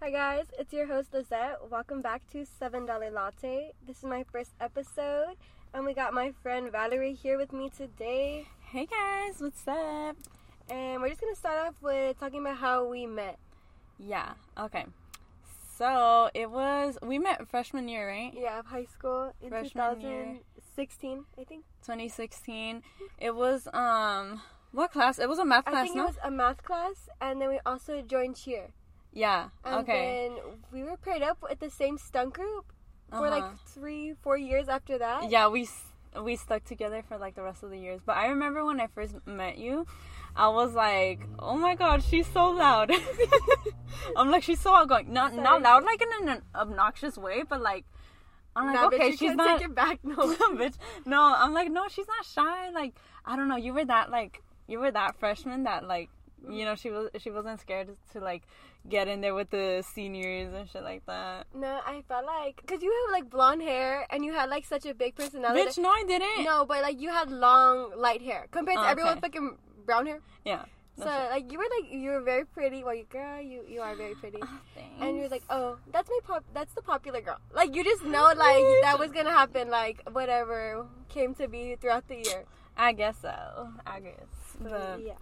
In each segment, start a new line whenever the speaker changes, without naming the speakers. Hi guys, it's your host Lizette. Welcome back to Seven Dollar Latte. This is my first episode, and we got my friend Valerie here with me today.
Hey guys, what's up?
And we're just gonna start off with talking about how we met.
Yeah, okay. So it was, we met freshman year, right?
Yeah, of high school in
Freshman year.
2016, I think.
2016. It was, um, what class? It was a math
I
class,
think
no?
it was a math class, and then we also joined cheer.
yeah,
And
okay.
then we were paired up with the same stunt group for
Uh-huh.
like three, four years after that.
yeah, we s- we stuck together for like the rest of the years. But I remember when I first met you, I was like, "Oh my god, she's so loud." I'm like, she's so outgoing. Not
Sorry.
not loud like in an obnoxious way, but like I'm like,
Nah, bitch,
"Okay,
you
she's
can't
not
take it back. No.
bitch. No, I'm like, "No, she's not shy." Like, I don't know, you were that like you were that freshman that like you know, she was she wasn't scared to like get in there with the seniors and shit like that.
No, I felt like because you have like blonde hair and you had like such a big personality.
Bitch, no, I didn't.
no, but like you had long light hair compared to
Oh,
everyone
okay.
fucking brown hair.
Yeah.
So like you were like you were very pretty. Well, you girl, you you are very
Uh,
pretty. And you're like, oh, that's my pop. That's the popular girl. Like you just know like that was gonna happen. Like whatever came to be throughout the year.
I guess so. I guess. But
yeah.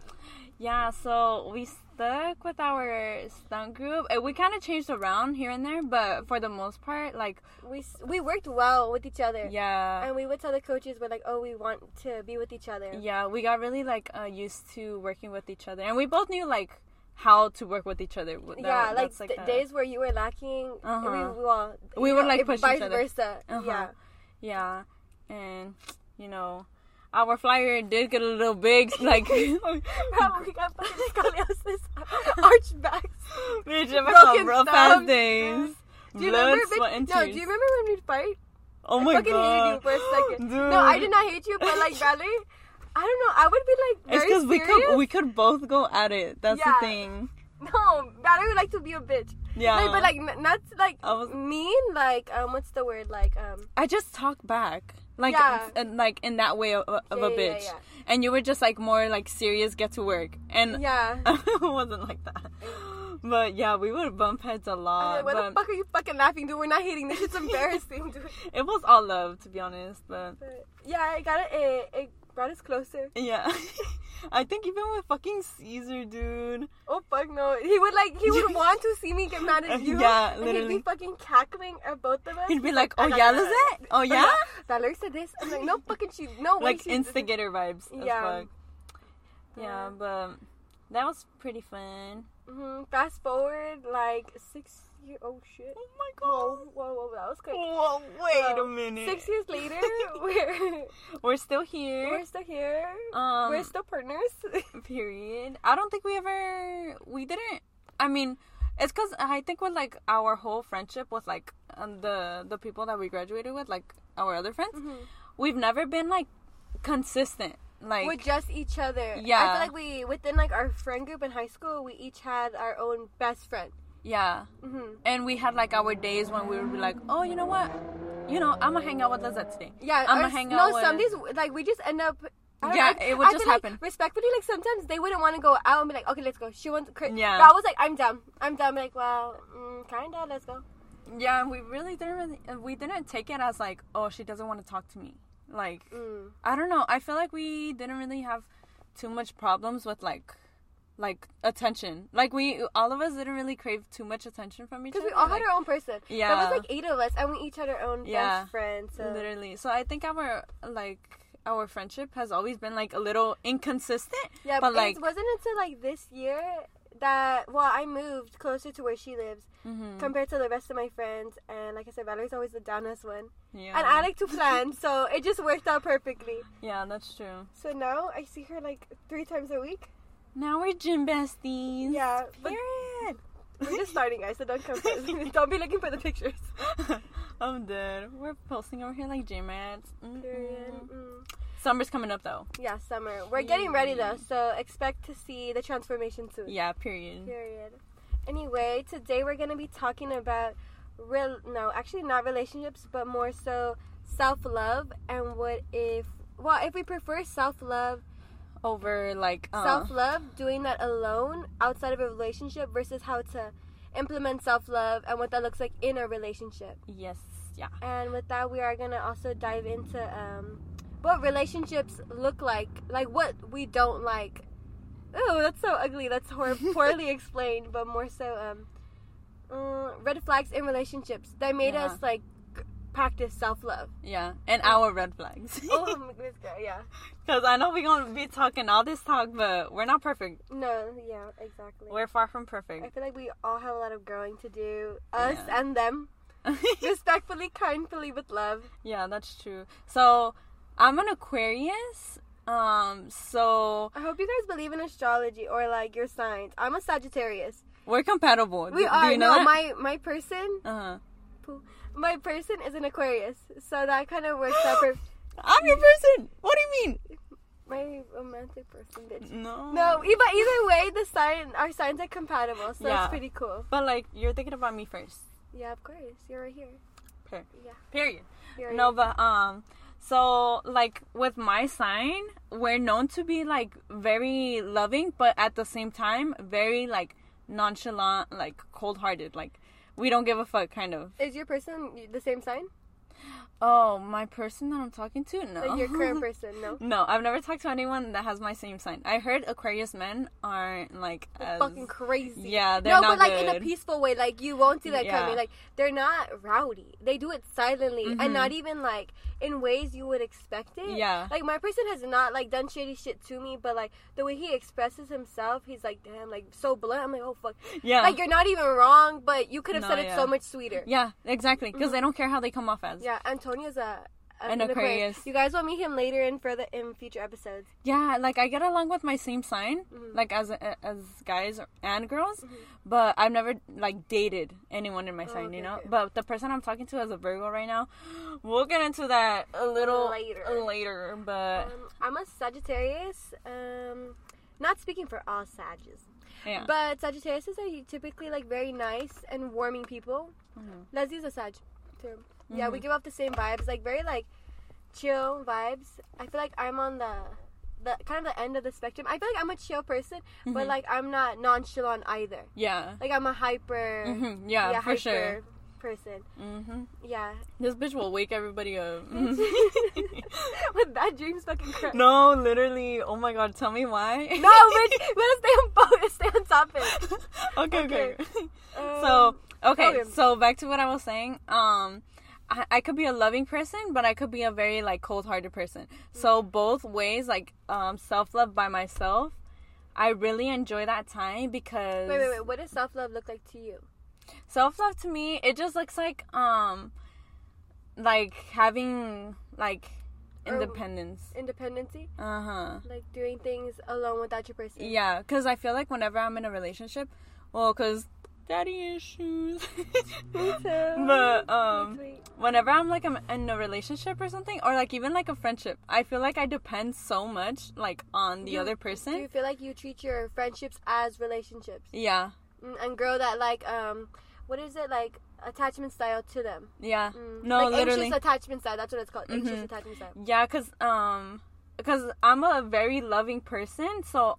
yeah, so we stuck with our stunt group. Uh, We kind of changed around here and there, but for the most part, like,
we s- we worked well with each other.
yeah.
And we would tell the coaches we're like, oh, we want to be with each other.
Yeah, we got really like uh, used to working with each other, and we both knew like how to work with each other. That-
yeah, like,
that's,
the
that.
days where you were lacking,
Uh-huh.
we, we all
We
you
would,
know,
like,
it-
push each
vice
other.
versa.
Uh-huh.
Yeah,
Yeah, and you know, our flyer did get a little big. Like, bitch,
we got fucking scoliosis, arch backs,
if I saw
Broken
real fast
thumbs.
things.
Do you
Blood,
remember? bitch-
sweat, and
no, do
tears.
you remember when we fight?
Oh
I
my
fucking hated you
god!
for a second. No, I did not hate you, but like Valerie, I don't know. I would be like
It's
very
because we could
serious.
we could both go at it. That's
Yeah.
the thing.
No, Valerie would like to be a bitch.
Yeah.
Like, but like n- not like
I was-
mean. Like um, what's the word? Like um.
I just talk back, like
Yeah.
and like in that way of, of a
Yeah, yeah, yeah,
bitch. And you were just like more like serious, get to work, and
Yeah.
it wasn't like that. But yeah, we would bump heads a lot.
I'm like, what the
Uh, but
fuck are you fucking laughing, dude? We're not hating this. It's embarrassing, dude.
it was all love, to be honest. But
But, yeah, it got it,
eh,
it. It brought us closer.
yeah, I think even with fucking Caesar, dude.
Oh fuck no! He would like he would want to see me get mad at you.
Yeah,
And he'd
literally.
be fucking cackling at both of us.
He'd be like,
I
"Oh
got
yeah,
it, I got
Lizette. Oh yeah."
Valerie said this. I'm like, no fucking she. No way.
like
she did this."
instigator vibes.
Yeah.
Yeah. As fuck. Yeah, but that was pretty fun.
Mhm. Fast forward like six year. Oh shit.
Oh my
Whoa, whoa, whoa! That was quick.
Whoa, wait
Whoa.
a minute.
Six years later, we're
We're still here.
we're still here.
um,
we're still partners. Mm-hmm.
period. I don't think we ever. We didn't. I mean, it's because I think with like our whole friendship with like um, the the people that we graduated with, like our other friends, we've never been like consistent. Like
with just each other. I
Yeah.
feel like we within like our friend group in high school, we each had our own best friend.
yeah,
hmm
and we had like our days when we would be like, oh, you know what, you know, I'm gonna hang out with Lizette today.
Yeah,
I'ma
or s-
hang
No,
out
some
with-
days like we just end up. I don't
Yeah,
know, I-
it would
I
just
feel like,
happen.
respectfully, like sometimes they wouldn't want to go out and be like, "Okay, let's go." She wants. Cr-
Yeah.
But I was like, "I'm down. I'm down." Like, well, mm, kinda. Let's go.
Yeah, and we really didn't really, uh, we didn't take it as like, oh, she doesn't want to talk to me. Like,
Mm.
I don't know. I feel like we didn't really have too much problems with like like attention. Like we all of us didn't really crave too much attention from each other.
Because we all
like,
had our own person. There
Yeah.
was like eight of us, and we each had our own
Yeah.
best friend. So
literally. So I think our like our friendship has always been like a little inconsistent.
yeah,
but
but
like
it wasn't until like this year that well, I moved closer to where she lives
mhm,
compared to the rest of my friends. And like I said, Valerie's always the downest one,
yeah,
and I like to plan, so it just worked out perfectly.
yeah, that's true.
So now I see her like three times a week.
Now we're gym besties.
Yeah, but
Period.
we're just starting, guys. So don't come. don't be looking for the pictures.
I'm dead. We're posting over here like gym rats. Mm-mm.
Period. Mm.
Summer's coming up though.
Yeah, summer. We're getting ready though, so expect to see the transformation soon.
Yeah, period.
Period. Anyway, today we're gonna be talking about real no, actually not relationships, but more so self love and what if well if we prefer self love
over like uh,
self love doing that alone outside of a relationship versus how to implement self love and what that looks like in a relationship.
Yes, yeah.
And with that, we are gonna also dive into um, what relationships look like, like what we don't like. Oh, that's so ugly. That's hor- poorly explained, but more so um, mm, red flags in relationships that made
Yeah.
us like g- practice self love.
Yeah, and our red flags.
oh, my goodness, girl, yeah.
Because I know we're gonna be talking all this talk, but we're not perfect.
No, yeah, exactly.
We're far from
I
perfect.
feel like we all have a lot of growing to do, us
Yeah.
and them. Respectfully, kindly, with love.
yeah, that's true. So I'm an Aquarius. Um, so
I hope you guys believe in astrology or like your signs. I'm a Sagittarius.
we're compatible.
We
do,
are.
Do you know
no,
that?
my my person,
uh-huh.
my person is an Aquarius, so that kind of works out for
I'm your person. What do you
my romantic person, bitch.
mean? No.
No, e- but either way, the sign our signs are compatible, so
Yeah.
that's pretty cool.
But like you're thinking about me first.
Yeah, of course, you're right here.
Per-
Yeah.
Period.
You're
No,
right.
but um, so like with my sign, we're known to be like very loving, but at the same time, very like nonchalant, like cold hearted, like we don't give a fuck, kind of.
is your person the same sign?
Oh, my person that I'm talking to, no.
Like your current person? No.
No, I've never talked to anyone that has my same sign. I heard Aquarius men aren't like as
Fucking crazy.
yeah, they're
no,
not
but like in a
good.
peaceful way. Like you won't see that
Yeah. Mm-hmm.
coming. Like they're not rowdy. They do it silently and not even like in ways you would expect it.
Yeah.
Like my person has not like done shady shit to me, but like the way he expresses himself, he's like, damn, like so blunt. I'm like, oh fuck.
yeah,
Like you're not even wrong, but you could have
No,
said it
yeah.
so much sweeter.
yeah, exactly, because they don't care how they come off as.
Yeah, Antonio's a. a-
An Aquarius.
You guys will meet him later in further in future episodes.
Yeah, like I get along with my same sign,
Mm-hmm.
like as as guys and girls, but I've never like dated anyone in my sign,
Oh, okay,
you know.
okay.
But the person I'm talking to is a Virgo right now. We'll get into that a little
Later.
later, but
Um, I'm a Sagittarius. Um, not speaking for all Sages,
yeah,
But Sagittarius is are typically like very nice and warming people.
Mhm.
Leslie's a Sag too. Yeah,
Mm-hmm.
we give off the same vibes, like very like chill vibes. I feel like I'm on the the kind of the end of the spectrum. I feel like I'm a chill person, Um, but like I'm not nonchalant either.
mm-hmm, yeah,
Like I'm a hyper,
hmm yeah, for
hyper
sure.
person.
hmm
Yeah,
This bitch will wake everybody up. Mm-hmm.
with bad dreams, fucking crap. No,
no, literally. Oh my god, tell me why.
bitch, let us stay on focus, stay on topic.
okay, okay.
Okay.
so
Um,
okay,
okay.
so back to what I was saying. Um, I, I could be a loving person, but I could be a very like cold-hearted person.
Mm-hmm.
So both ways, like um, self-love by myself, I really enjoy that time because
wait, wait, wait. What does self love look like to you?
self love to me it just looks like um like having like
Or-
independence
Independency.
uh-huh
like doing things alone without your person.
yeah because i feel like whenever i'm in a relationship well because daddy issues
Me too.
but um
Sweet, sweet.
whenever i'm like i'm in a relationship or something or like even like a friendship i feel like i depend so much like on the
You-
other
do
person
you feel like you treat your friendships as relationships
yeah
Mm, and grow that like um, what is it like attachment style to them?
yeah
Mm.
no
like
literally
anxious attachment style. That's what it's called. Anxious
Mhm.
attachment style.
Yeah, cause um, cause I'm a very loving person. So,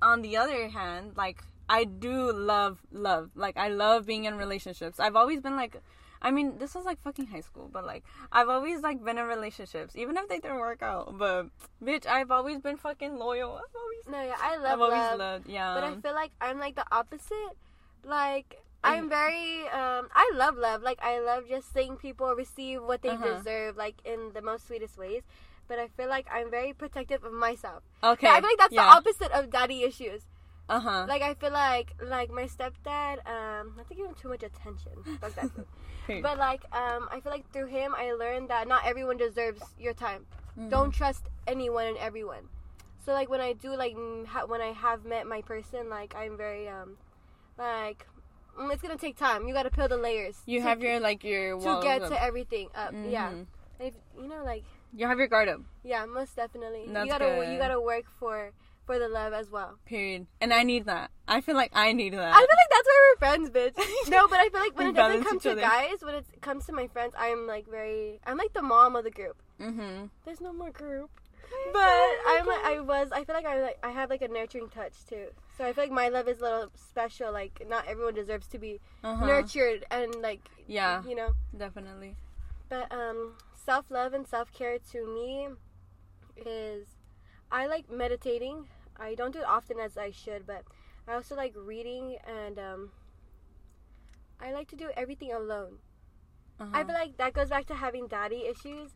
on the other hand, like I do love love. Like I love being in relationships. I've always been like, I mean, this was like fucking high school, but like I've always like been in relationships, even if they didn't work out. But bitch, I've always been fucking loyal. I've always,
No, yeah, I
I've
love
always
love,
loved. Yeah.
but I feel like I'm like the opposite. Like I'm very um, I love love. Like I love just seeing people receive what they
Uh-huh.
deserve, like in the most sweetest ways. But I feel like I'm very protective of myself.
okay.
Yeah, I feel like that's the
yeah.
opposite of daddy issues.
Uh huh.
Like I feel like like my stepdad, um, not to give him too much attention. Fuck that dude. but like, um, I feel like through him I learned that not everyone deserves your time.
Mm-hmm.
Don't trust anyone and everyone. So like when I do like mm, ha- when I have met my person, like I'm very um, like mm, it's gonna take time. You gotta peel the layers.
you
to-
have your like your
to
walls
get
up.
to everything up. Yeah,
Mhm.
if, you know like
You have your guard up.
yeah, most definitely.
That's
you gotta
good.
you gotta work for for the love as well.
Period. And I need that. I feel like I need that.
I feel like that's why we're friends, bitch. No, but I feel like when
Uh, We
it doesn't
balance
come
each
to
other.
guys, when it comes to my friends, I'm like very, I'm like the mom of the group.
mm-hmm.
There's no more group. But I'm like, I was, I feel like I like, I have like a nurturing touch too. So I feel like my love is a little special. Like not everyone deserves to be
Uh-huh.
nurtured and like,
Yeah,
you know.
definitely.
But um, self love and self care to me is I like meditating. I don't do it often as I should, but I also like reading and um, I like to do everything alone.
Uh-huh.
I feel like that goes back to having daddy issues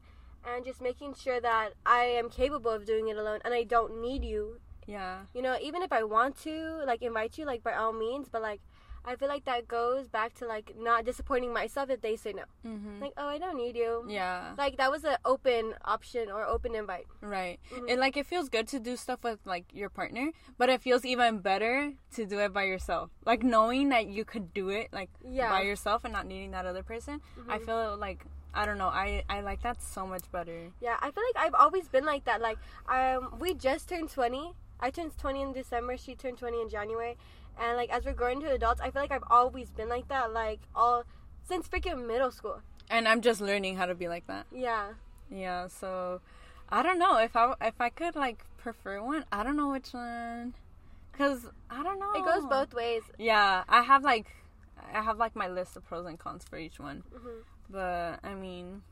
and just making sure that I am capable of doing it alone and I don't need you
yeah.
you know, even if I want to, like, invite you, like, by all means, but, like, I feel like that goes back to, like, not disappointing myself if they say no.
Mm-hmm.
Like, oh, I don't need you.
yeah.
Like, that was an open option or open invite.
Right.
Mhm.
And like it feels good to do stuff with like your partner, but it feels even better to do it by yourself. Like knowing that you could do it like
Yeah. Mm-hmm.
by yourself and not needing that other person. I feel like I don't know. I I like that so much better.
Yeah, I feel like I've always been like that. Like, um, we just turned 20. I turned 20 in December. She turned 20 in January. And, like, as we're growing to adults, I feel like I've always been like that, like, all since freaking middle school.
And I'm just learning how to be like that.
Yeah.
Yeah. So I don't know if I if I could like prefer one. I don't know which one. Cuz I don't know.
It goes both ways.
Yeah, I have like I have like my list of pros and cons for each one.
Mhm.
But I mean,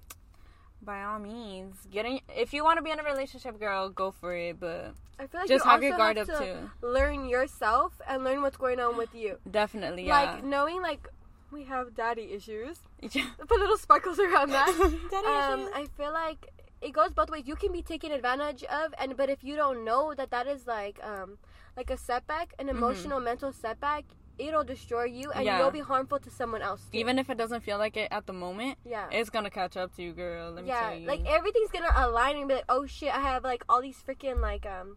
by all means, getting if you want to be in a relationship, girl, go for it. But
I feel like
just
you
have your
also
guard
have
up
to
too.
learn yourself and learn what's going on with you.
Definitely, yeah.
Like knowing like we have daddy issues.
yeah.
Put little sparkles around that.
Daddy
um,
issues.
I feel like it goes both ways. You can be taken advantage of, and but if you don't know that that is like um like a setback, an emotional mental setback, it'll destroy you, and
Mm-hmm. Yeah.
you'll be harmful to someone else. Too.
Even if it doesn't feel like it at the moment,
yeah.
it's gonna catch up to you, girl. Let me
yeah,
tell you.
like everything's gonna align and be like, oh shit, I have like all these freaking like um,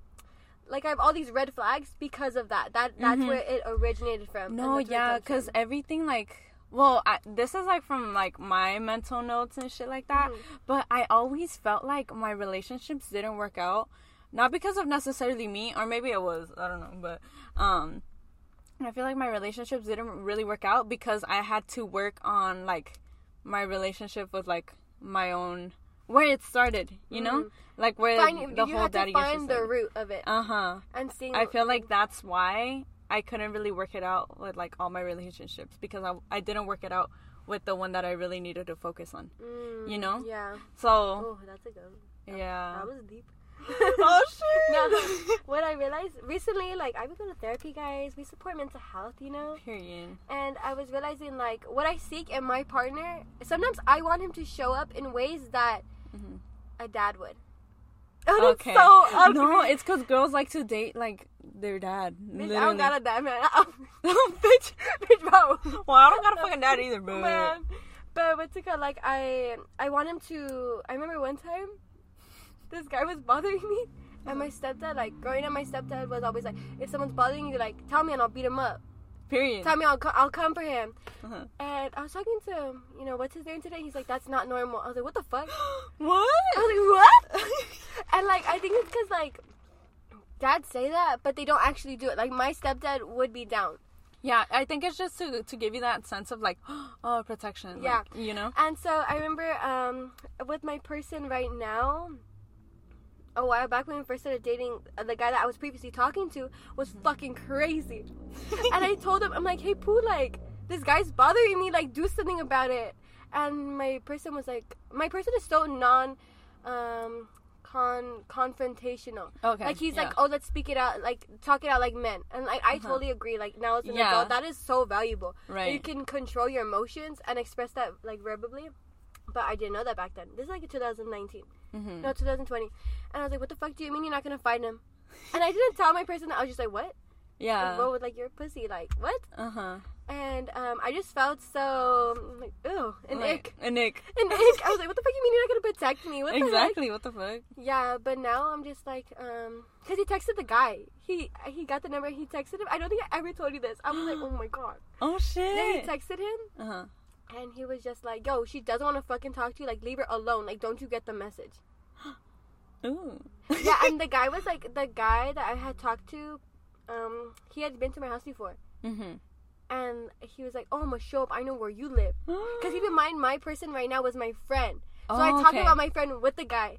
like I have all these red flags because of that. That that's
Mhm.
where it originated from. and
no,
that's where it
yeah,
comes from.
because everything like. Well, I, this is like from like my mental notes and shit like that.
Mhm.
But I always felt like my relationships didn't work out, not because of necessarily me, or maybe it was, I don't know. But um, I feel like my relationships didn't really work out because I had to work on like my relationship with like my own where it started, you know, like where
Mm-hmm. find,
uh, the
you
whole
have to
daddy
find the root of it
Uh huh.
and seeing.
I feel like that's why I couldn't really work it out with like all my relationships because I, I didn't work it out with the one that I really needed to focus on.
Mm,
you know?
Yeah.
So
Oh, that's a good.
yeah.
That was deep.
oh shit.
No. what I realized recently, like I've been going to therapy, guys. We support mental health, you know.
Period.
And I was realizing, like, what I seek in my partner. Sometimes I want him to show up in ways that
Mhm.
a dad would. And it's
Okay.
so ugly.
no, it's because girls like to date like their dad.
Bitch,
Literally.
I don't got a dad, man.
bitch.
Bitch, bro.
Well, I don't got a fucking dad either, but
Man. But what's it called? Like I I want him to I remember one time this guy was bothering me and my stepdad, like growing up my stepdad was always like, if someone's bothering you, like tell me and I'll beat him up.
period.
Tell me I'll co- I'll come for him.
Uh-huh.
And I was talking to him, you know, what's his name today? He's like, that's not normal. I was like, what the fuck?
What?
I was like, what? and like I think it's because like dads say that, but they don't actually do it. Like my stepdad would be down.
Yeah, I think it's just to to give you that sense of like, oh, protection.
Yeah.
like, you know.
And so I remember um, with my person right now, a while back when we first started dating, uh, the guy that I was previously talking to was fucking crazy. and I told him, I'm like, hey, Pooh, like, this guy's bothering me. Like, do something about it. And my person was like, my person is so non um, con- confrontational.
Okay.
Like, he's
yeah.
like, oh, let's speak it out. Like, talk it out like men. And like, I
Uh-huh.
totally agree. Like, now as an
Yeah.
adult, that is so valuable
right.
you can control your emotions and express that like verbally but i didn't know that back then this is like 2019
Mhm.
no 2020 and i was like what the fuck do you mean you're not gonna fight him and i didn't tell my person that i was just like what
Yeah.
like, what with like your pussy like what
Uh huh.
and um i just felt so like ew an
Like,
ick
An ick.
an ick i was like what the fuck you mean you're not gonna protect me what the heck?
exactly. What the fuck?
yeah but now i'm just like um because he texted the guy he he got the number he texted him i don't think i ever told you this i was like oh my god
Oh shit.
yeah he texted him
uh-huh.
And he was just like, yo, she doesn't want to fucking talk to you. Like, leave her alone. Like, don't you get the message?
Ooh.
yeah, and the guy was like the guy that I had talked to. Um, he had been to my house before,
mm-hmm.
and he was like, "Oh, I'ma show up. I know where you live." Because keep in mind, my person right now was my friend. So I
Oh,
talked about my friend with the guy.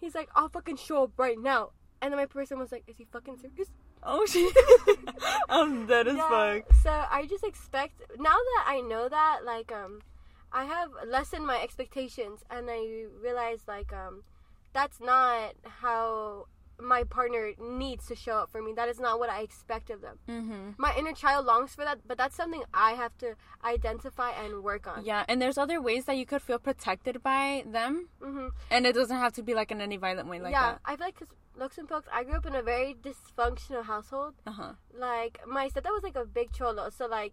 He's like, "I'll fucking show up right now," and then my person was like, "Is he fucking serious?"
Oh shit. I'm dead as
Yeah,
fuck.
So I just expect now that I know that, like, um, I have lessened my expectations, and I realize like, um, that's not how my partner needs to show up for me. That is not what I expect of them.
Mm-hmm.
My inner child longs for that, but that's something I have to identify and work on.
Yeah, and there's other ways that you could feel protected by them,
hmm
and it doesn't have to be like in any violent way like
yeah, I feel like because looks and folks, I grew up in a very dysfunctional household.
that. Uh huh.
Like my stepdad was like a big cholo, so like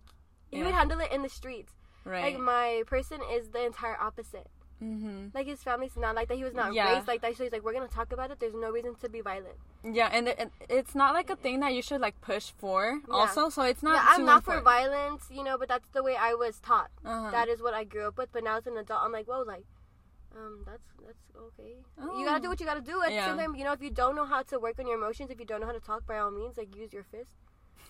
he
Yeah.
would handle it in the streets.
Right.
Like my person is the entire opposite.
mm-hmm.
Like his family's not like that. He was not
Yeah.
raised like that. So he's like, we're gonna talk about it. There's no reason to be violent.
Yeah, and it, it- it's not like a thing that you should like push for.
Yeah.
Also, so it's not.
yeah, I'm
too
not for
important.
violence, you know. But that's the way I was taught.
Uh-huh.
That is what I grew up with. But now as an adult, I'm like, whoa, like, um, that's that's okay. You
Oh.
gotta do what you gotta do. At the
Yeah.
same time, you know, if you don't know how to work on your emotions, if you don't know how to talk, by all means, like use your fist.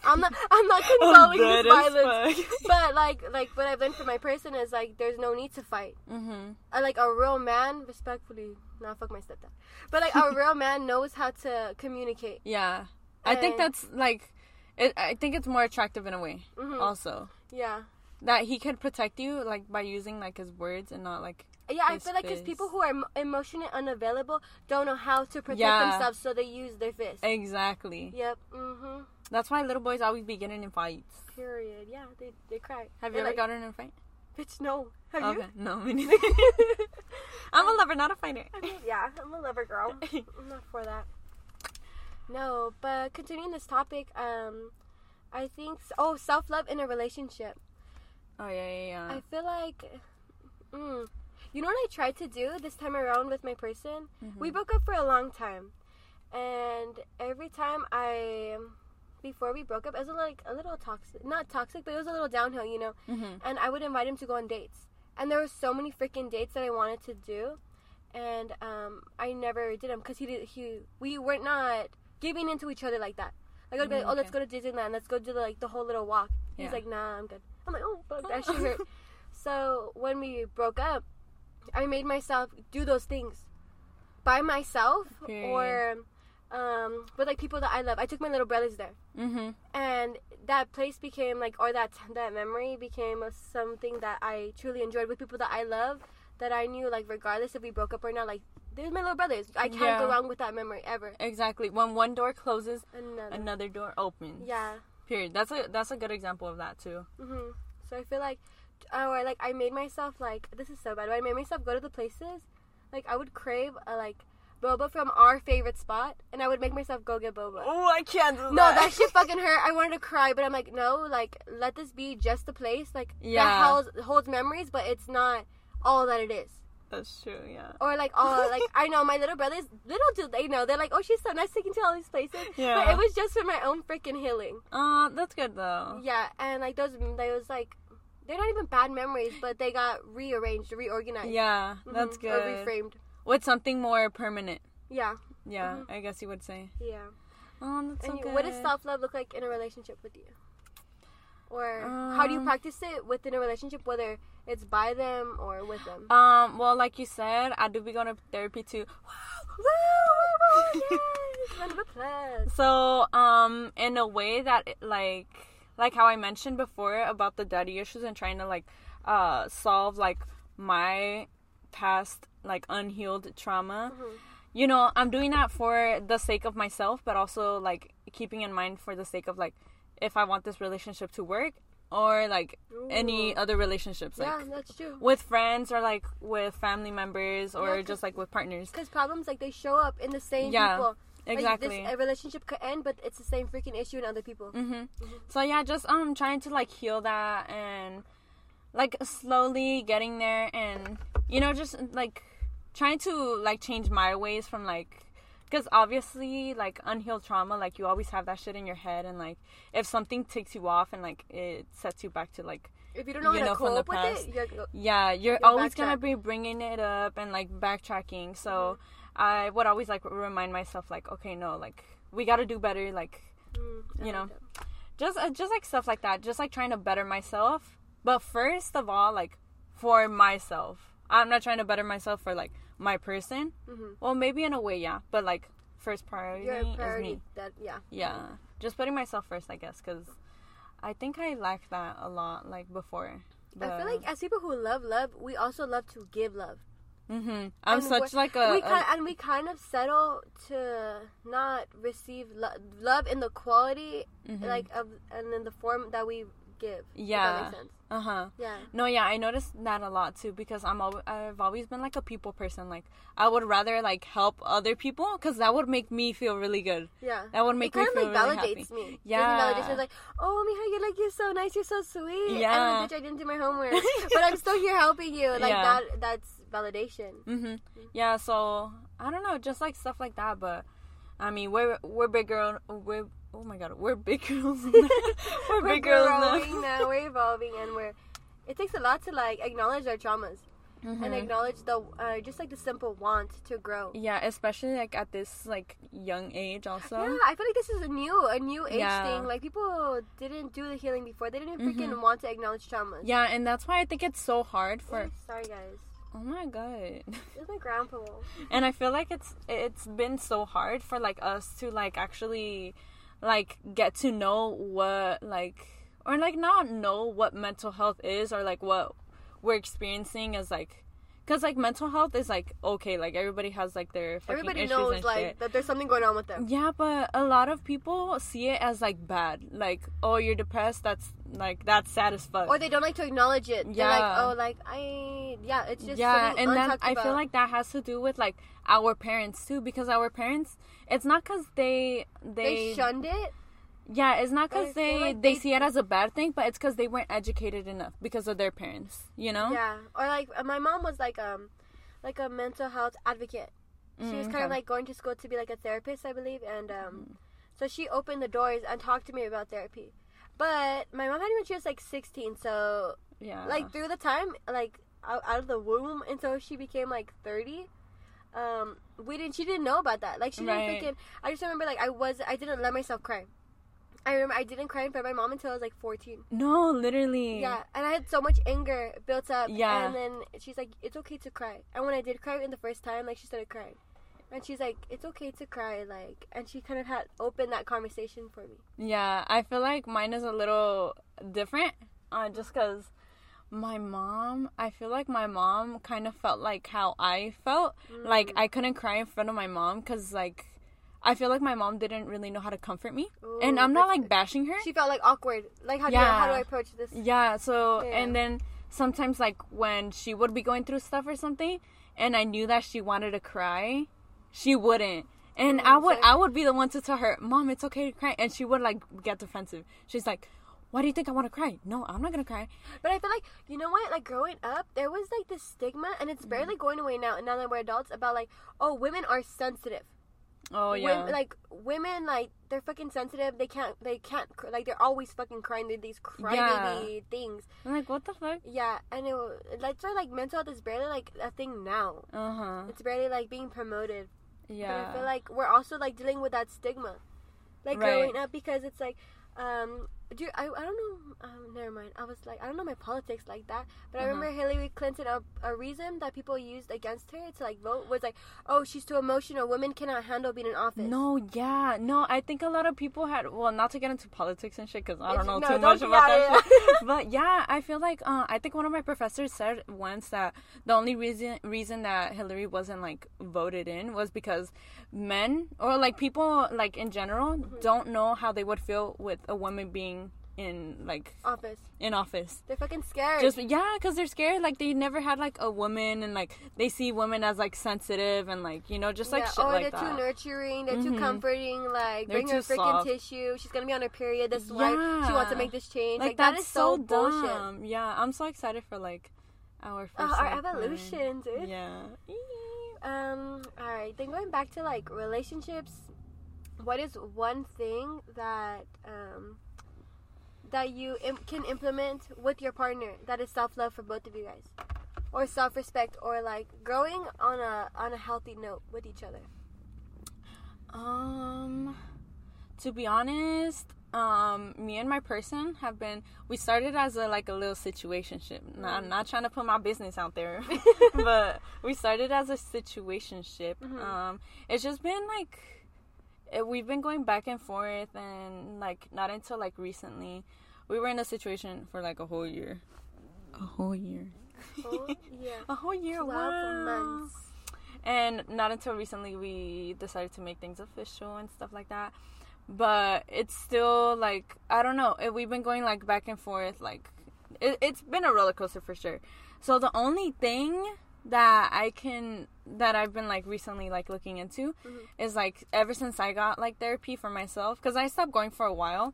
I'm not. I'm not
I'm
condoning
dead
this
as
violence.
fuck.
But like, like what I've learned from my person is like, there's no need to fight.
mm-hmm.
uh, like a real man, respectfully, not fuck my stepdad, but like a real man knows how to communicate.
Yeah, I think
And-
that's like, it. I think it's more attractive in a way.
Mhm.
Also,
Yeah,
that he could protect you like by using like his words and not like.
yeah. I
His
feel like because
fist.
people who are em- emotionally unavailable don't know how to protect
Yeah.
themselves, so they use their fists.
Exactly.
Yep. Mhm.
That's why little boys always be getting in fights.
Period. Yeah, they they cry.
Have you
They're
ever
like,
gotten in a fight?
Bitch, no. Have you?
okay. No, me neither. I'm a lover, not a fighter.
I mean, yeah, I'm a lover girl.
Oh,
I'm not for that. No, but continuing this topic, um, I think s- oh, self love in a relationship.
Oh yeah, yeah, yeah.
I feel like, mm, you know what I tried to do this time around with my person.
mm-hmm. Hmm.
We broke up for a long time, and every time I, before we broke up, it was like a little toxic, not toxic, but it was a little downhill, you know.
Mhm.
And I would invite him to go on dates, and there were so many freaking dates that I wanted to do, and um, I never did them because he did he we were not giving into each other like that. Like I'd be
Mm,
like, oh, let's
okay.
go to Disneyland, let's go do the, like the whole little walk. He's
Yeah.
like, nah, I'm good. I'm like, oh, fuck, that shit hurt. So when we broke up, I made myself do those things by myself
Period.
or um, with like people that I love. I took my little brothers there,
Mhm.
and that place became like, or that that memory became of something that I truly enjoyed with people that I love. That I knew, like, regardless if we broke up or not, like, there's my little brothers. I can't go
Yeah.
wrong with that memory ever.
Exactly. When one door closes,
Another.
another door opens.
Yeah.
Period. That's a that's a good example of that too.
hmm So I feel like, or like I made myself like this is so bad. But I made myself go to the places, like I would crave a like boba from our favorite spot, and I would make myself go get boba.
Oh, I can't. Do
No, that shit fucking hurt. I wanted to cry, but I'm like, no, like let this be just the place, like
Yeah.
that holds, holds memories, but it's not all that it is.
That's true. Yeah.
Or like all like I know my little brothers, little do they know they're like, oh, she's so nice taking to all these places. But
Yeah.
it was just for my own freaking healing.
Uh, that's good though.
Yeah, and like those, those like, they're not even bad memories, but they got rearranged, reorganized.
Yeah, Mm-hmm.
Mhm,
that's
Or
good.
reframed.
With something more permanent.
Yeah,
Yeah,
Mhm.
I guess you would say.
yeah.
Mm-hmm. Oh, that's so
and you,
good.
what does self love look like in a relationship with you? Or how do you
Um,
practice it within a relationship, whether it's by them or with them?
Um. Well, like you said, I do be going to therapy too. Woo!
Woo! Yes! Round of applause.
So, um, in a way that like like how I mentioned before about the daddy issues and trying to like uh solve like my past like unhealed trauma.
Mm-hmm.
You know, I'm doing that for the sake of myself, but also like keeping in mind for the sake of like if I want this relationship to work or like any other relationships like
Mm. yeah, that's true.
with friends or like with family members or
Yeah, 'cause-
just like with partners.
Because problems like they show up in the same
Yeah,
people.
Exactly.
Like, this, a relationship could end, but it's the same freaking issue in other people.
Mm-hmm. So yeah, just um trying to like heal that and like slowly getting there and you know just like trying to like change my ways from like because obviously like unhealed trauma like you always have that shit in your head and like if something takes you off and like it sets you back to like
If you don't know
You
how
know
to
from the
cope with
past.
it, you're,
yeah you're
You'll
always gonna
backtrack.
be bringing it up and like backtracking so I would always like remind myself like, okay, no, like we got to do better. Like
Mm, I
You know.
like that.
just uh, just like stuff like that. Just like trying to better myself. But first of all, like for myself, I'm not trying to better myself for like my person.
Mhm.
Well, maybe in a way, yeah. But like first priority,
Your
is
priority.
me.
That yeah.
Yeah, just putting myself first, I guess, because I think I lacked that a lot. Like before.
I feel like as people who love love, we also love to give love.
hmm I'm
And
such
we're-
like a,
we
a-
kind, and we kind of settle to not receive lo- love in the quality
Mhm.
like of and in the form that we give. if
Yeah.
that makes sense.
uh-huh.
Yeah.
No, yeah, I noticed that a lot too because I'm al- I've always been like a people person. Like I would rather like help other people because that would make me feel really good.
Yeah.
That would make
it kind
me
of
feel
like
really happy.
validates me.
Yeah.
It validates me. It's like, oh, Mija, you're like you're so nice, you're so sweet. And
Yeah.
I'm like, bitch, I didn't do my homework, but I'm still here helping you. Like
Yeah.
that. That's validation.
hmm Yeah, so I don't know, just like stuff like that. But I mean, we're we're big girl. We're oh my god, we're big girls. now. we're,
We're
big girls
growing now. We're evolving, and we're. It takes a lot to like acknowledge our traumas and
Mhm.
acknowledge the uh, just like the simple want to grow.
Yeah, especially like at this like young age also.
Yeah, I feel like this is a new a new age
Yeah.
thing. Like people didn't do the healing before. They didn't freaking
Mhm.
want to acknowledge traumas.
Yeah, and that's why I think it's so hard for.
Ooh, Sorry guys.
Oh my god.
This is my grandpa.
and i feel like it's it's been so hard for like us to like actually like get to know what like or like not know what mental health is or like what we're experiencing as like because like mental health is like okay like everybody has like their fucking
Everybody
issues
knows
and
like
shit.
that there's something going on with them.
yeah but a lot of people see it as like bad like oh you're depressed that's like that's sad as fuck
Or they don't like to acknowledge it.
Yeah.
They're like, oh, like I, yeah, it's just
yeah
something
and then
untalked
i feel
about.
like that has to do with like our parents too because our parents it's not because they they,
they shunned it.
yeah it's not
but I
because
feel
they,
like
they
they-
see it as a bad thing but it's because they weren't educated enough because of their parents you know
Yeah, or like uh, my mom was like um, like a mental health advocate. She was
Mm,
kind
okay. Mm-hmm.
of like going to school to be like a therapist, I believe, and um, so she opened the doors and talked to me about therapy. But my mom had me when she was like 16, so
yeah
like through the time like out, out of the womb until she became like 30 um we didn't she didn't know about that like she didn't
Right.
freaking i just remember like i was i didn't let myself cry i remember i didn't cry in front of my mom until i was like 14
no literally
yeah and i had so much anger built up
Yeah.
and then she's like it's okay to cry and when i did cry in the first time like she started crying and she's like it's okay to cry like and she kind of had opened that conversation for me
yeah i feel like mine is a little different uh, just because my mom i feel like my mom kind of felt like how i felt
Mm.
like i couldn't cry in front of my mom because like i feel like my mom didn't really know how to comfort me and
Ooh,
i'm not
that's-
like bashing her
she felt like awkward like how, do,
Yeah.
I, how do i approach this
yeah so
Yeah.
and then sometimes like when she would be going through stuff or something and i knew that she wanted to cry she wouldn't and i would i would be the one to tell her mom it's okay to cry and she would like get defensive she's like why do you think i want to cry no i'm not gonna cry
But I feel like you know what? Like growing up, there was like this stigma, and it's barely
Mm-hmm.
going away now. Now that we're adults, about like, oh, women are sensitive.
oh
Wom-
yeah
like women, like they're fucking sensitive. They can't. They can't. cr- Like they're always fucking crying. They're these crybaby things.
i'm like what the fuck
Yeah, and it, wa- that's why like mental health is barely like a thing now.
uh-huh
It's barely like being promoted. But I feel
yeah
like we're also like dealing with that stigma, like
Right.
growing up because it's like, um, do I, I don't know. Um, never mind. I was like, I don't know my politics like that. But I
Uh-huh.
remember Hillary Clinton. A, a reason that people used against her to like vote was like, oh, she's too emotional. Women cannot handle being in office.
no, yeah, no. I think a lot of people had. Well, not to get into politics and shit, because I don't
It's-
know
no,
too
don't
much
do
about
that,
that.
yeah.
shit. but yeah, I feel like uh, I think one of my professors said once that the only reason reason that Hillary wasn't like voted in was because men or like people like in general
Mm-hmm.
don't know how they would feel with a woman being in like
office.
in office.
They're fucking scared.
Just yeah, because they're scared. Like they never had like a woman, and like they see women as like sensitive and like you know just like
yeah.
shit
Oh,
like
they're
that.
too nurturing. They're
Mhm.
too comforting. Like,
They're
bring her
too
freaking
soft.
tissue. She's gonna be on her period. This wife. She wants
Yeah.
to make this change.
like,
Like,
that's
that is
so,
so, bullshit.
dumb. Yeah, I'm so excited for like our first
Oh, our
like, one.
evolution, dude.
Yeah.
Um, all right. Then going back to like relationships, what is one thing that um that you Im- can implement with your partner that is self love for both of you guys? or self-respect or like growing on a on a healthy note with each other
Um, to be honest, um, me and my person have been. We started as a like a little situationship. No, I'm not trying to put my business out there, but we started as a situationship. Um, it's just been like it, we've been going back and forth, and like not until like recently, we were in a situation for like a whole year. A whole year.
oh, yeah
A whole year.
12
wow.
months
And not until recently we decided to make things official and stuff like that. But it's still like I don't know. It, we've been going like back and forth. Like it, it's been a roller coaster for sure. So the only thing that I can that I've been like recently like looking into
Mm-hmm.
is like ever since I got like therapy for myself because I stopped going for a while,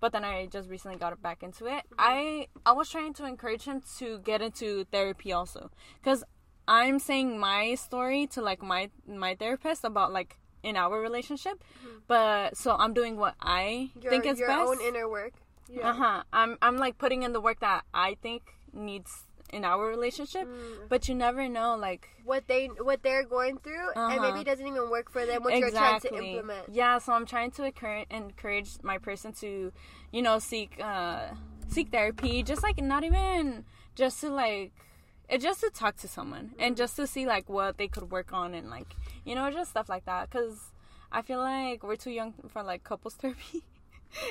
but then I just recently got back into it.
Mm-hmm.
I I was trying to encourage him to get into therapy also because I'm saying my story to like my my therapist about like in our relationship, but so I'm doing what I
Mm-hmm. your,
think is
your
best.
own inner work Uh-huh. yeah
Uh huh. I'm I'm like putting in the work that I think needs in our relationship,
Mm.
but you never know like
what they what they're going through and
Uh-huh.
maybe it doesn't even work for them what you're trying to implement
Yeah, so I'm trying to encourage, encourage my person to, you know, seek uh seek therapy. Just like not even just to like, it just to talk to someone
Mm-hmm.
and just to see like what they could work on and like you know just stuff like that. Cause I feel like we're too young for like couples therapy,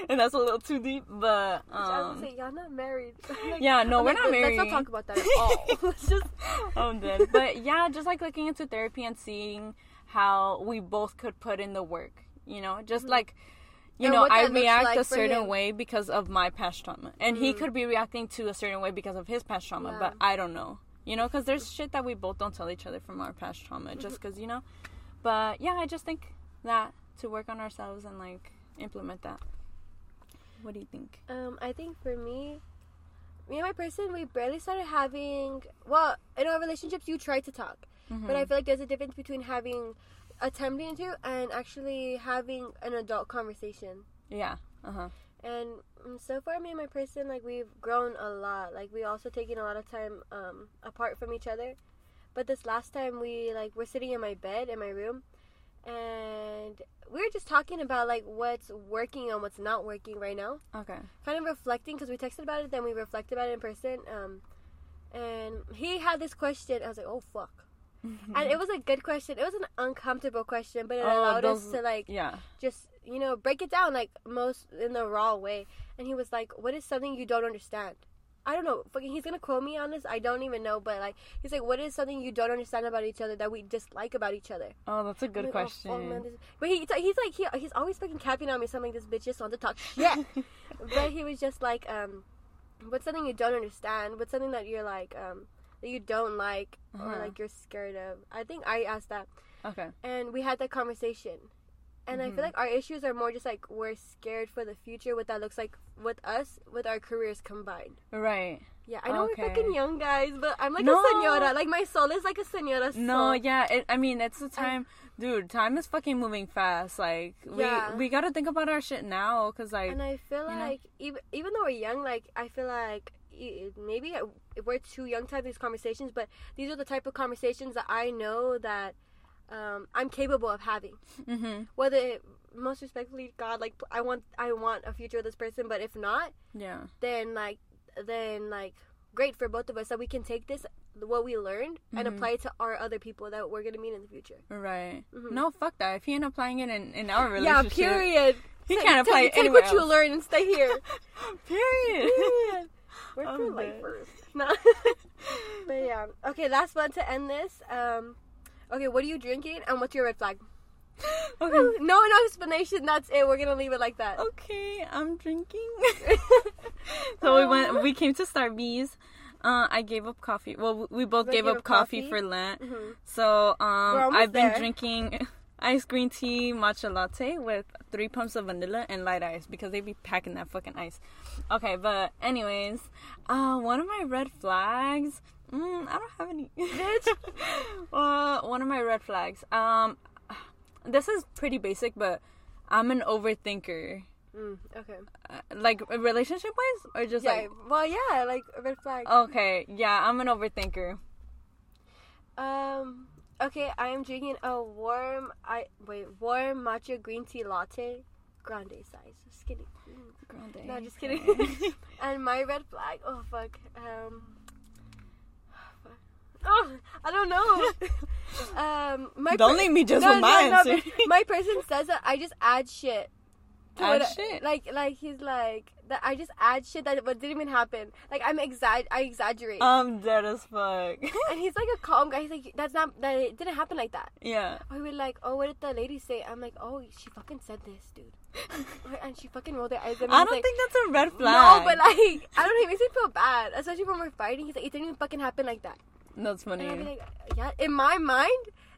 and that's a little too deep. But
I was
um,
gonna say y'all not married. Like,
yeah, no,
I'm
we're
like,
not married.
Let's not talk about that at all.
Let's just I'm dead. But yeah, just like looking into therapy and seeing how we both could put in the work. You know, just like you
Mm-hmm. And
know,
what
I
that looks
react
like
a
for
certain
him. Mm-hmm.
way because of my past trauma, and he could be reacting to a certain way because of his past trauma.
Yeah. Mm-hmm.
But I don't know. You know, because there's shit that we both don't tell each other from our past trauma, just because you know. But yeah, I just think that to work on ourselves and like implement that. What do you think?
Um, I think for me, me and my person, we barely started having. Well, in our relationships, you try to talk, Mm-hmm. but
Hmm.
I feel like there's a difference between having attempting to and actually having an adult conversation.
Yeah. Uh huh.
And um, so far, me and my person, like we've grown a lot. Like we also taken a lot of time um, apart from each other. But this last time, we like were sitting in my bed in my room, and we were just talking about like what's working and what's not working right now.
Okay.
Kind of reflecting because we texted about it, then we reflected about it in person. Um, and he had this question. I was like, oh fuck. And it was a good question. It was an uncomfortable question, but it
Mm-hmm. Oh,
allowed us
those-
to like
Yeah.
just you know break it down like most in the raw way and he was like what is something you don't understand i don't know fucking he's gonna quote me on this i don't even know but like he's like what is something you don't understand about each other that we dislike about each other
Oh, that's a good
I'm like, "Oh, fuck, man,
question.
this- but he, he's like he, he's always fucking capping on me something like this bitch just want to talk shit but he was just like um what's something you don't understand what's something that you're like um that you don't like or
Uh-huh.
like you're scared of i think i asked that
okay.
and we had that conversation. And
Mm-hmm.
I feel like our issues are more just like we're scared for the future, what that looks like with us, with our careers combined.
Right.
Yeah, I know
Okay.
we're fucking young guys, but I'm like
No.
a senora. Like my soul is like a senora. Soul.
No, yeah. It, I mean, it's the time, dude. Time is fucking moving fast. Like we
Yeah.
we gotta think about our shit now, cause like
And I feel
know?
like even even though we're young, like I feel like i- maybe I- we're too young to have these conversations, but these are the type of conversations that I know that um, I'm capable of having.
mhm.
Whether it, most respectfully, God, like I want I want a future with this person, but if not,
yeah,
then like then like great for both of us that we can take this what we learned and
Mm-hmm.
apply it to our other people that we're gonna meet in the future. Mm-hmm.
right. No, fuck that. If he ain't applying it in, in our
Mm. Yeah,
relationship,
period.
He
Take-
can't apply
take,
it
take
anywhere
what you
else.
learn and stay here.
period.
we're
I'm
for
dead.
lifers. No. but yeah. Okay, last one to end this. Um okay, what are you drinking and what's your red flag?
okay.
No no explanation, that's it. We're gonna leave it like that.
okay, I'm drinking. so we went. We came to Starbucks. Uh, I gave up coffee. Well, we both
Both
gave
gave
up
up
coffee,
coffee.
for Lent.
Mm-hmm.
So um,
almost
I've been
there.
drinking ice green tea matcha latte with three pumps of vanilla and light ice because they be packing that fucking ice. Okay, but anyways, uh, one of my red flags. Mm, I don't have any.
Bitch.
uh, one of my red flags. Um, this is pretty basic, but I'm an overthinker.
Mm, okay.
Uh, like relationship wise, or just
Yeah,
like
well yeah, like red flag.
Okay, yeah, I'm an overthinker.
Um. Okay, I am drinking a warm, I wait, warm matcha green tea latte, grande size, skinny. Mm.
Grande.
No, just kidding. and my red flag. Oh fuck. Um. fuck. Oh, I don't know. um, my
Don't
per-
leave me just
No, no,
with my
no,
answer.
but my person says that I just add shit. to
Add
what-
shit?
Like, like he's like that. I just add shit that what didn't even happen. Like I'm exag, I exaggerate.
I'm dead as fuck.
and he's like a calm guy. He's like, that's not that. It didn't happen like that.
yeah.
I would like, oh, what did the lady say? I'm like, oh, she fucking said this, dude. And she fucking rolled her eyes. At me.
I
He's
don't
like,
think that's a red
No,
flag.
but like, I don't know. It makes me feel bad, especially when we're fighting. He's like, it didn't even fucking happen like that.
that's funny.
And I'll be like, yeah. In my mind,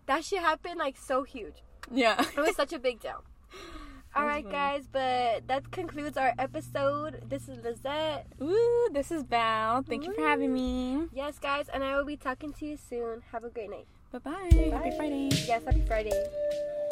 that shit happened like so huge.
yeah.
It was such a big deal. All
That's
right,
funny.
guys, but that concludes our episode. This is Lizette.
Ooh, this is Val. Thank you for having me.
Yes, guys, and I will be talking to you soon. Have a great night.
Bye bye. Happy Friday.
Yes, happy Friday.